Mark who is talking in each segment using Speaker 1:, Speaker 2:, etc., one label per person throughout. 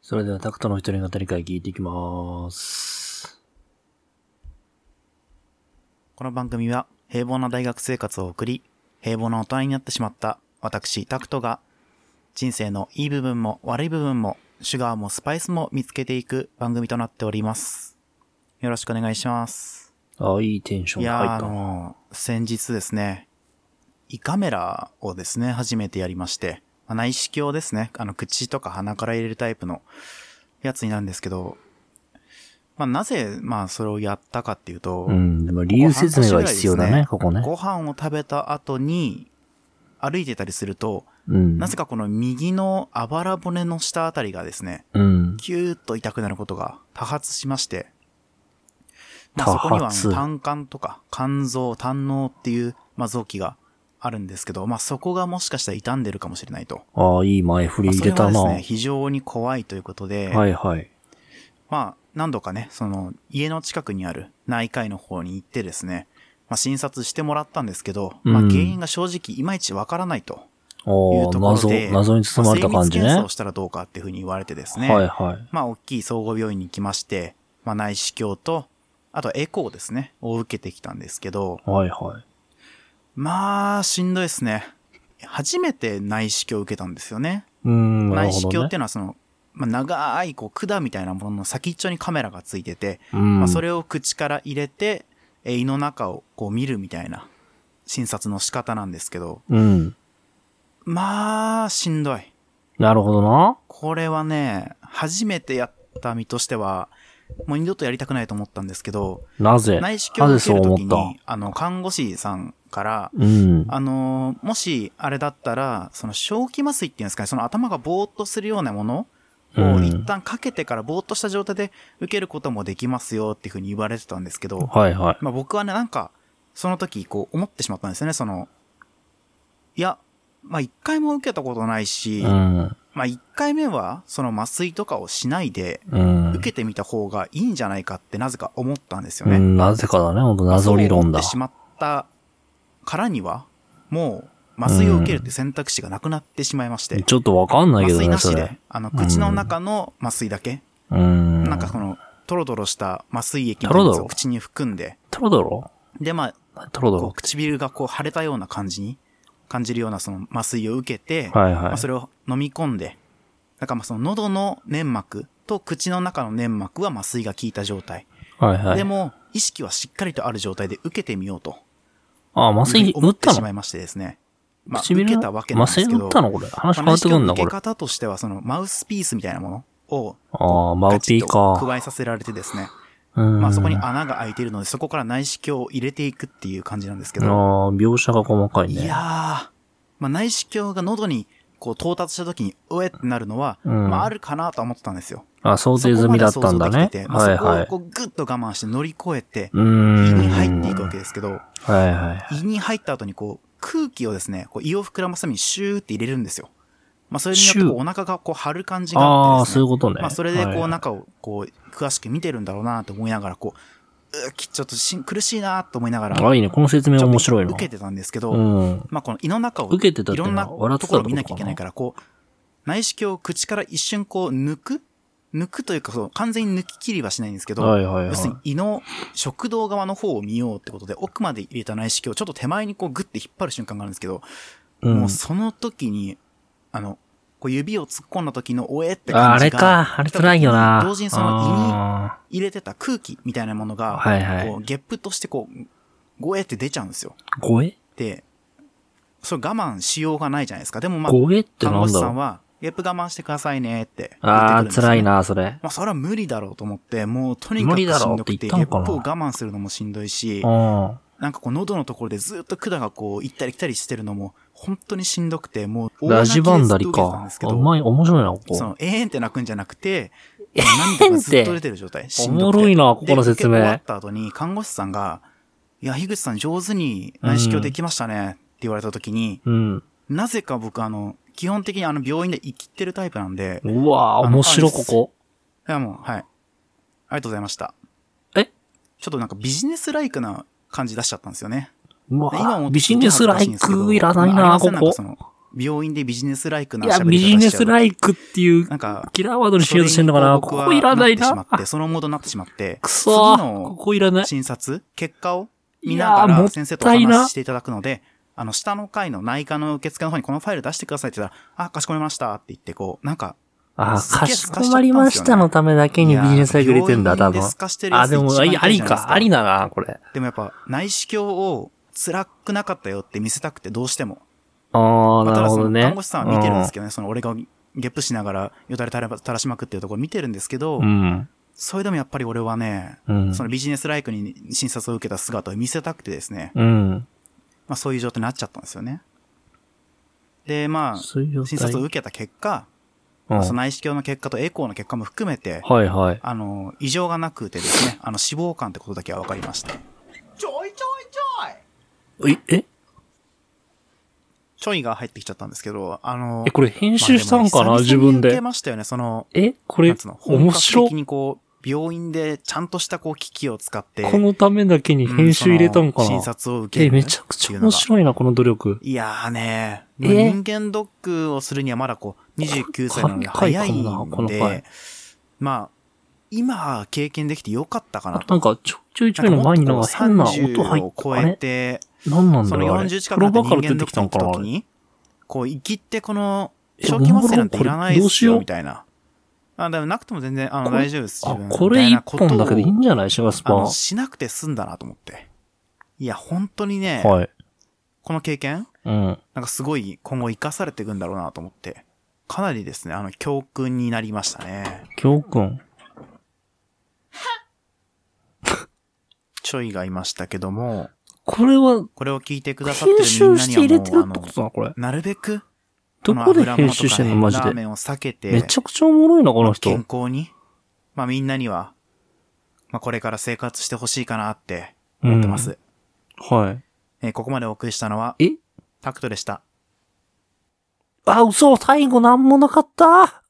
Speaker 1: それではタクトの一人語り会聞いていきまーす。
Speaker 2: この番組は平凡な大学生活を送り、平凡な大人になってしまった私、タクトが、人生のいい部分も悪い部分も、シュガーもスパイスも見つけていく番組となっております。よろしくお願いします。
Speaker 1: ああ、いいテンション
Speaker 2: い
Speaker 1: が
Speaker 2: やー、
Speaker 1: 入っ
Speaker 2: あ
Speaker 1: たな。
Speaker 2: のー、先日ですね、胃カメラをですね、初めてやりまして、まあ内視鏡ですね、あの、口とか鼻から入れるタイプのやつになるんですけど、まあ、なぜ、まあ、それをやったかっていうと、
Speaker 1: うん、でも理由説明は必要だね、ここね。
Speaker 2: ご飯を食べた後に、歩いてたりすると、
Speaker 1: うん。
Speaker 2: なぜかこの右のあばら骨の下あたりがですね、
Speaker 1: うん。
Speaker 2: キューッと痛くなることが多発しまして、まあ、
Speaker 1: 多
Speaker 2: そ
Speaker 1: 発
Speaker 2: こにはあの胆管とか肝臓、胆嚢っていう、まあ、臓器があるんですけど、まあ、そこがもしかしたら傷んでるかもしれないと。
Speaker 1: ああ、いい前振
Speaker 2: ま
Speaker 1: り入
Speaker 2: あ、そ
Speaker 1: れ
Speaker 2: れ
Speaker 1: た
Speaker 2: はで
Speaker 1: な。
Speaker 2: すね、非常に怖いということで、
Speaker 1: はいはい。
Speaker 2: まあ、何度かね、その、家の近くにある内科医の方に行ってですね、まあ、診察してもらったんですけど、まあ、
Speaker 1: うん
Speaker 2: 原因が正直いまいちわからないと
Speaker 1: あ
Speaker 2: いう
Speaker 1: あ、
Speaker 2: ところ
Speaker 1: 謎
Speaker 2: で、、
Speaker 1: 謎に包まれた感じ
Speaker 2: まあ精密検査
Speaker 1: ね
Speaker 2: を。したらどうかっていうふうに言われてですね、
Speaker 1: はいはい。
Speaker 2: まあ、大きい総合病院に来まして、まあ、内視鏡と、あとエコーですね、を受けてきたんですけど、
Speaker 1: はいはい。
Speaker 2: まあ、しんどいですね。初めて内視鏡を受けたんですよね。
Speaker 1: うん、なるほ
Speaker 2: 内視
Speaker 1: ど
Speaker 2: 鏡
Speaker 1: ね
Speaker 2: ってい。うのはその、まあ、長いこう管みたいなものの先っちょにカメラがついてて、
Speaker 1: うん
Speaker 2: まあ、それを口から入れて、えー胃の中をこう見るみたいな診察の仕方なんですけど、
Speaker 1: うん。
Speaker 2: まあ、しんどい。
Speaker 1: なるほどな。
Speaker 2: これはね、初めてやった身としては、もう二度とやりたくないと思ったんですけど、
Speaker 1: なぜ
Speaker 2: 内視鏡
Speaker 1: な
Speaker 2: を
Speaker 1: ぜ
Speaker 2: 受け
Speaker 1: そう
Speaker 2: るとき
Speaker 1: 思っ
Speaker 2: に、あの、看護師さんから、
Speaker 1: たうん。
Speaker 2: あのーもし、あれだったら、その、正気麻酔っていうんですかね、その頭がぼーっとするようなものを
Speaker 1: うん
Speaker 2: 一旦かけてからぼーっとした状態で受けることもできますよっていうふうに言われてたんですけど、
Speaker 1: はいはい。
Speaker 2: まあ、僕はね、なんか、その時、こう、思ってしまったんですよね、その、いや、まあ、一回も受けたことないし、
Speaker 1: うん。
Speaker 2: まあ、一回目は、その麻酔とかをしないで、
Speaker 1: うん。
Speaker 2: 受けてみた方がいいんじゃないかってなぜか思ったんですよ
Speaker 1: う
Speaker 2: ね。
Speaker 1: ん、なぜかだね、ほんと謎理論
Speaker 2: そう思
Speaker 1: だ
Speaker 2: って。しまったからには、もう、麻酔を受けるって選択肢がなくなってしまいまして、
Speaker 1: ちょっとわかんない
Speaker 2: 麻
Speaker 1: けど
Speaker 2: 酔
Speaker 1: ね、
Speaker 2: な
Speaker 1: そ
Speaker 2: し
Speaker 1: れ
Speaker 2: で。、あの、口の中の麻酔だけ、
Speaker 1: うん。
Speaker 2: なんかこの、トロドロした麻酔液みたい
Speaker 1: トロ
Speaker 2: なや
Speaker 1: ド
Speaker 2: つ
Speaker 1: ロ
Speaker 2: を口に含んで、
Speaker 1: トロドロ
Speaker 2: で、まあ、
Speaker 1: トロド
Speaker 2: こう
Speaker 1: ロ
Speaker 2: 唇がこう腫れたような感じに感じるようなその麻酔を受けて、
Speaker 1: はいはい
Speaker 2: まあ、それを飲み込んで、だからまあその喉の粘膜と口の中の粘膜は麻酔が効いた状態。
Speaker 1: はいは
Speaker 2: で
Speaker 1: い。
Speaker 2: も、意識はしっかりとある状態で受けてみようと
Speaker 1: あ、麻
Speaker 2: いうふう
Speaker 1: 酔
Speaker 2: に思
Speaker 1: 打っ
Speaker 2: って
Speaker 1: た
Speaker 2: しま
Speaker 1: の
Speaker 2: いましてですね。まあ、受
Speaker 1: 唇
Speaker 2: けたわけなんですけど。
Speaker 1: 麻酔打ったのこれ。話変わってくん
Speaker 2: ま
Speaker 1: だ、
Speaker 2: あ受
Speaker 1: こ
Speaker 2: け
Speaker 1: れ。
Speaker 2: 方としてはそのマウスピースみたいなものを、
Speaker 1: ああ、マウピー
Speaker 2: カチッと
Speaker 1: か。
Speaker 2: 加えさせられてですね。
Speaker 1: うん。
Speaker 2: まあそこに穴が開いているので、そこから内視鏡を入れていくっていう感じなんですけど。
Speaker 1: ああ、描写が細かい
Speaker 2: い
Speaker 1: ね
Speaker 2: やー。、まあ、内視鏡が喉にこう到達した時に、うえってなるのは、
Speaker 1: うん
Speaker 2: まあ、あるかなとは思ってたんですよ。
Speaker 1: あ、想定済みだったんだね
Speaker 2: そこまで想像できて。てま
Speaker 1: はい
Speaker 2: あ、そこ
Speaker 1: は
Speaker 2: を
Speaker 1: い
Speaker 2: こ。うグッと我慢して乗り越えて、
Speaker 1: う
Speaker 2: 胃
Speaker 1: ん。
Speaker 2: に入っていくわけですけど、
Speaker 1: はいはい。
Speaker 2: 胃に入った後にこう、空気をですね、こう胃を膨らますためにシューって入れるんですよ。まあ、それによってこ
Speaker 1: シュ
Speaker 2: うお腹がこう張る感じが
Speaker 1: あ
Speaker 2: あ
Speaker 1: あ、
Speaker 2: ってです
Speaker 1: そ
Speaker 2: ね
Speaker 1: ういうことね。
Speaker 2: まあ、それで
Speaker 1: はい
Speaker 2: こ
Speaker 1: は
Speaker 2: う
Speaker 1: い
Speaker 2: 中をこう、詳しく見てるんだろうなと思いながら、こう、うーきちょっとしん苦しいなと思いながら、
Speaker 1: あ、いいね。この説明
Speaker 2: ちょっと
Speaker 1: 面白いな
Speaker 2: 受。けてたんですけど、
Speaker 1: うん。
Speaker 2: まあ、この胃の中を、
Speaker 1: 受けてたっ
Speaker 2: い
Speaker 1: て
Speaker 2: ろんな
Speaker 1: のは笑って
Speaker 2: と
Speaker 1: たってことかな
Speaker 2: ころを見なきゃいけないから、こう、内視鏡を口から一瞬こう抜く抜くというか、そう、完全に抜き切りはしないんですけど、
Speaker 1: はいはいはい
Speaker 2: 要するに胃の食道側の方を見ようってことで、奥まで入れた内視鏡をちょっと手前にこうグッて引っ張る瞬間があるんですけど、
Speaker 1: うん
Speaker 2: もう。その時に、あの、こう指を突っ込んだ時のおえって
Speaker 1: あ
Speaker 2: 感
Speaker 1: あ
Speaker 2: じ
Speaker 1: れ
Speaker 2: が、
Speaker 1: か。あれ辛いよな。
Speaker 2: 同時にその
Speaker 1: あ
Speaker 2: 胃に入れてた空気みたいなものが、
Speaker 1: はいはい
Speaker 2: こうゲップとしてこう、ごえって出ちゃうんですよ。
Speaker 1: ー声
Speaker 2: で、それ我慢しようがないじゃないですか。でもまあ、
Speaker 1: 声って
Speaker 2: 看
Speaker 1: な
Speaker 2: 護
Speaker 1: ん
Speaker 2: 師
Speaker 1: だ
Speaker 2: さ
Speaker 1: ろ
Speaker 2: ん
Speaker 1: う。
Speaker 2: は、ゲップ我慢してくださいねって言ってく
Speaker 1: あ
Speaker 2: るん
Speaker 1: あ、
Speaker 2: ですよね
Speaker 1: 辛い。な、それ。
Speaker 2: まあ、それは無理だろうと思って、もうとにか
Speaker 1: 無
Speaker 2: く
Speaker 1: 理だ
Speaker 2: し
Speaker 1: ろ
Speaker 2: ん
Speaker 1: うっ
Speaker 2: ど
Speaker 1: て
Speaker 2: く
Speaker 1: 言
Speaker 2: て、
Speaker 1: ったの
Speaker 2: ゲッ
Speaker 1: かな
Speaker 2: プを我慢するのもしんどいし
Speaker 1: う、ん。
Speaker 2: なんかこう喉のところでずっと管がこう行ったり来たりしてるのも、本当にしんどくて、もう、
Speaker 1: ラジバンダリ
Speaker 2: 大泣きでずっと受けてたん
Speaker 1: か
Speaker 2: です。け
Speaker 1: う
Speaker 2: ど
Speaker 1: まい、面白いな、こ
Speaker 2: そ
Speaker 1: こ。
Speaker 2: の、えーんって泣くんじゃなくて、
Speaker 1: え
Speaker 2: 涙がずっと出てる状態。し
Speaker 1: お
Speaker 2: んど
Speaker 1: も
Speaker 2: くて
Speaker 1: ろいな、ここの説
Speaker 2: で受け終わ
Speaker 1: 明
Speaker 2: っ。た後に、看護師さんが、いや、樋口さん上手に内視鏡できましたね、って言われた時に、
Speaker 1: うん。
Speaker 2: なぜか僕あの、基本的にあの病院で生きってるタイプなんで、
Speaker 1: うわぁ、
Speaker 2: あの
Speaker 1: 面白い、ここ。
Speaker 2: いやもう、はい。ありがとうございました。
Speaker 1: え
Speaker 2: ちょっとなんかビジネスライクな感じ出しちゃったんですよね。
Speaker 1: うわぁ、
Speaker 2: 今思って
Speaker 1: ビジネスライクいらない
Speaker 2: まあ
Speaker 1: な、
Speaker 2: ありませ
Speaker 1: こ
Speaker 2: んなんか
Speaker 1: こ
Speaker 2: そ。の病院でビジネスライクない
Speaker 1: や、
Speaker 2: 喋り
Speaker 1: ビ
Speaker 2: 方
Speaker 1: ジネス
Speaker 2: イ
Speaker 1: ライクっていう
Speaker 2: なんか、
Speaker 1: キラーワードにしようとしてんのかなこ
Speaker 2: それに
Speaker 1: こいらない
Speaker 2: 僕はってしまっ
Speaker 1: な。
Speaker 2: て、そのモードになってしまって、
Speaker 1: くそ
Speaker 2: 次
Speaker 1: ーこ
Speaker 2: の
Speaker 1: こいらない。
Speaker 2: 診察、結果を
Speaker 1: い
Speaker 2: 見
Speaker 1: や
Speaker 2: な
Speaker 1: ー
Speaker 2: が
Speaker 1: もっ
Speaker 2: ら
Speaker 1: たいな
Speaker 2: 先生とお話ししていただくので、あの、下の階の内科の受付の方にこのファイル出してくださいって言ったら、あ、かしこまりましたって言って、こう、なんか、
Speaker 1: あ、
Speaker 2: すげ
Speaker 1: か
Speaker 2: え
Speaker 1: し
Speaker 2: 透
Speaker 1: こ
Speaker 2: かしちゃったんですよね
Speaker 1: まりましたのためだけにビジネスライク入れてんだ、多
Speaker 2: 病院
Speaker 1: 分
Speaker 2: で。透かしてるや
Speaker 1: あ、
Speaker 2: つ
Speaker 1: でも、あ
Speaker 2: 一番痛いじ
Speaker 1: り
Speaker 2: ゃないです
Speaker 1: か。ありだな、これ。
Speaker 2: でもやっぱ、内視鏡を辛くなかったよって見せたくて、どうしても。
Speaker 1: あー、
Speaker 2: まあ
Speaker 1: な
Speaker 2: た
Speaker 1: る
Speaker 2: だ
Speaker 1: ほ
Speaker 2: そ
Speaker 1: ど
Speaker 2: の
Speaker 1: ね。
Speaker 2: 看護師さんは見てるんですけどね、その俺がゲップしながらよだれ垂ら垂らしまくってるところ見てるんですけど、
Speaker 1: うん。
Speaker 2: それでもやっぱり俺はね、
Speaker 1: うん。
Speaker 2: そのビジネスライクに診察を受けた姿を見せたくてですね、
Speaker 1: うん。
Speaker 2: まあそういう状態になっちゃったんですよね。で、まあ、
Speaker 1: そういう状
Speaker 2: 診
Speaker 1: 態
Speaker 2: 察を受けた結果、
Speaker 1: うん
Speaker 2: その内視鏡の結果とエコーの結果も含めて、
Speaker 1: はいはい。
Speaker 2: あの、異常がなくてですね、あの、死亡感ってことだけは分かりました。
Speaker 3: ちょいちょいちょい
Speaker 1: え、え、
Speaker 2: ちょいが入ってきちゃったんですけど、あの
Speaker 1: え、、これ編集したんか
Speaker 2: ま
Speaker 1: な
Speaker 2: あも
Speaker 1: 自分
Speaker 2: 久々に受
Speaker 1: で
Speaker 2: け。ましたよね、その、
Speaker 1: え、こ
Speaker 2: な
Speaker 1: れ
Speaker 2: んつうの、、本
Speaker 1: 面
Speaker 2: 格
Speaker 1: 白。
Speaker 2: 的にこう、病院でちゃんとしたこう、機器を使って、
Speaker 1: このためだけに
Speaker 2: うん
Speaker 1: 編集入れたんか
Speaker 2: その
Speaker 1: な
Speaker 2: 診察を受け
Speaker 1: え、
Speaker 2: る。
Speaker 1: めちゃくちゃ面白いな、この努力。
Speaker 2: いやーね
Speaker 1: え
Speaker 2: 人間ドックをするにはまだこう、29歳なので
Speaker 1: 神
Speaker 2: 早
Speaker 1: 回
Speaker 2: い
Speaker 1: かもなこの
Speaker 2: ん
Speaker 1: 回
Speaker 2: で、まあ、今経験できてよかったかな
Speaker 1: あ
Speaker 2: と。
Speaker 1: となんか、ちょいちょいちょいの前になんか変な音入っ
Speaker 2: 30を
Speaker 1: た。
Speaker 2: 超
Speaker 1: あ
Speaker 2: え
Speaker 1: れ
Speaker 2: て、
Speaker 1: なんなんだ
Speaker 2: そ
Speaker 1: ろう
Speaker 2: の
Speaker 1: あれ。
Speaker 2: 40近
Speaker 1: プ
Speaker 2: くな
Speaker 1: ロ
Speaker 2: って
Speaker 1: バか
Speaker 2: 人
Speaker 1: ら出
Speaker 2: 間
Speaker 1: て
Speaker 2: ド
Speaker 1: きた
Speaker 2: ッ
Speaker 1: ん
Speaker 2: ク
Speaker 1: か
Speaker 2: の
Speaker 1: なあ
Speaker 2: 時
Speaker 1: れ
Speaker 2: に、こう、生きってこの、
Speaker 1: え
Speaker 2: 正気麻酔なんて
Speaker 1: おもろこ
Speaker 2: い
Speaker 1: れ
Speaker 2: らない
Speaker 1: ど
Speaker 2: っ
Speaker 1: うし
Speaker 2: す
Speaker 1: よう
Speaker 2: よ、みたいな。あ、でもなくても全然、あ
Speaker 1: こ
Speaker 2: の、
Speaker 1: れ
Speaker 2: 大丈夫です、
Speaker 1: あ
Speaker 2: 自分。、
Speaker 1: これ
Speaker 2: みたい
Speaker 1: 一
Speaker 2: なことを
Speaker 1: 本だけでいいんじゃないシガス
Speaker 2: あ
Speaker 1: パン。
Speaker 2: の、
Speaker 1: は
Speaker 2: しなくて済んだなと思って。いや、本当にね、
Speaker 1: い。
Speaker 2: この経験、
Speaker 1: うん。
Speaker 2: なんかすごい今後生かされていくんだろうなと思って、かなりですね、あの、教訓になりましたね。
Speaker 1: 教訓。
Speaker 2: ちょいがいましたけども、
Speaker 1: これは、
Speaker 2: これを聞いてくださって
Speaker 1: 編
Speaker 2: るみん
Speaker 1: 集
Speaker 2: な
Speaker 1: し
Speaker 2: に
Speaker 1: て
Speaker 2: は
Speaker 1: 入れて
Speaker 2: もう、
Speaker 1: る
Speaker 2: あ
Speaker 1: って
Speaker 2: の
Speaker 1: こ、とだ、これ。
Speaker 2: なるべく、
Speaker 1: どこで編集してんのマジ
Speaker 2: ラー
Speaker 1: で
Speaker 2: メ。ンを避けて、
Speaker 1: めちゃくちゃおもろいな、この人。
Speaker 2: 健康に、まあみんなには、まあこれから生活してほしいかなって思ってます。
Speaker 1: は
Speaker 2: えーここまでお送りしたのは、
Speaker 1: い。え
Speaker 2: タクトでした。
Speaker 1: あ、嘘最後なんもなかった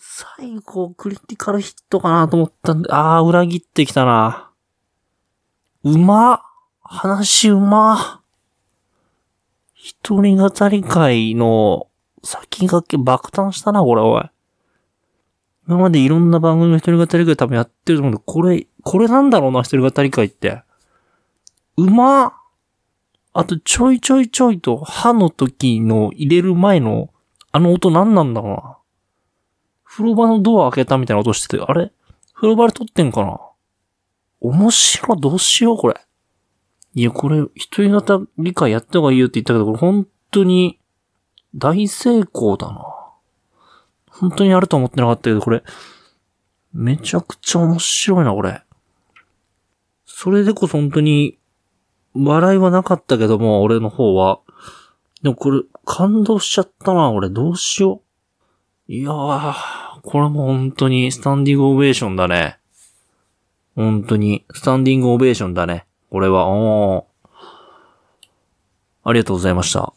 Speaker 1: 最後、クリティカルヒットかなと思ったんで、あー、裏切ってきたな。うま話うま一人語り会の先駆け爆誕したな、これ、おい。今までいろんな番組の一人語り会多分やってると思うんで、これ、これなんだろうな、一人語り会って。うまあと、ちょいちょいちょいと、歯の時の入れる前の、あの音何なんだろうな。風呂場のドア開けたみたいな音してて、あれ風呂場で撮ってんかな面白い、どうしよう、これ。いや、これ、一人型理解やった方がいいよって言ったけど、これ本当に、大成功だな。本当にやると思ってなかったけど、これ、めちゃくちゃ面白いな、これ。それでこそ本当に、笑いはなかったけども、俺の方は。でもこれ、感動しちゃったな、俺。どうしよう。いやー、これもう本当に、スタンディングオベーションだね。本当に、スタンディングオベーションだね。これは、おー。ありがとうございました。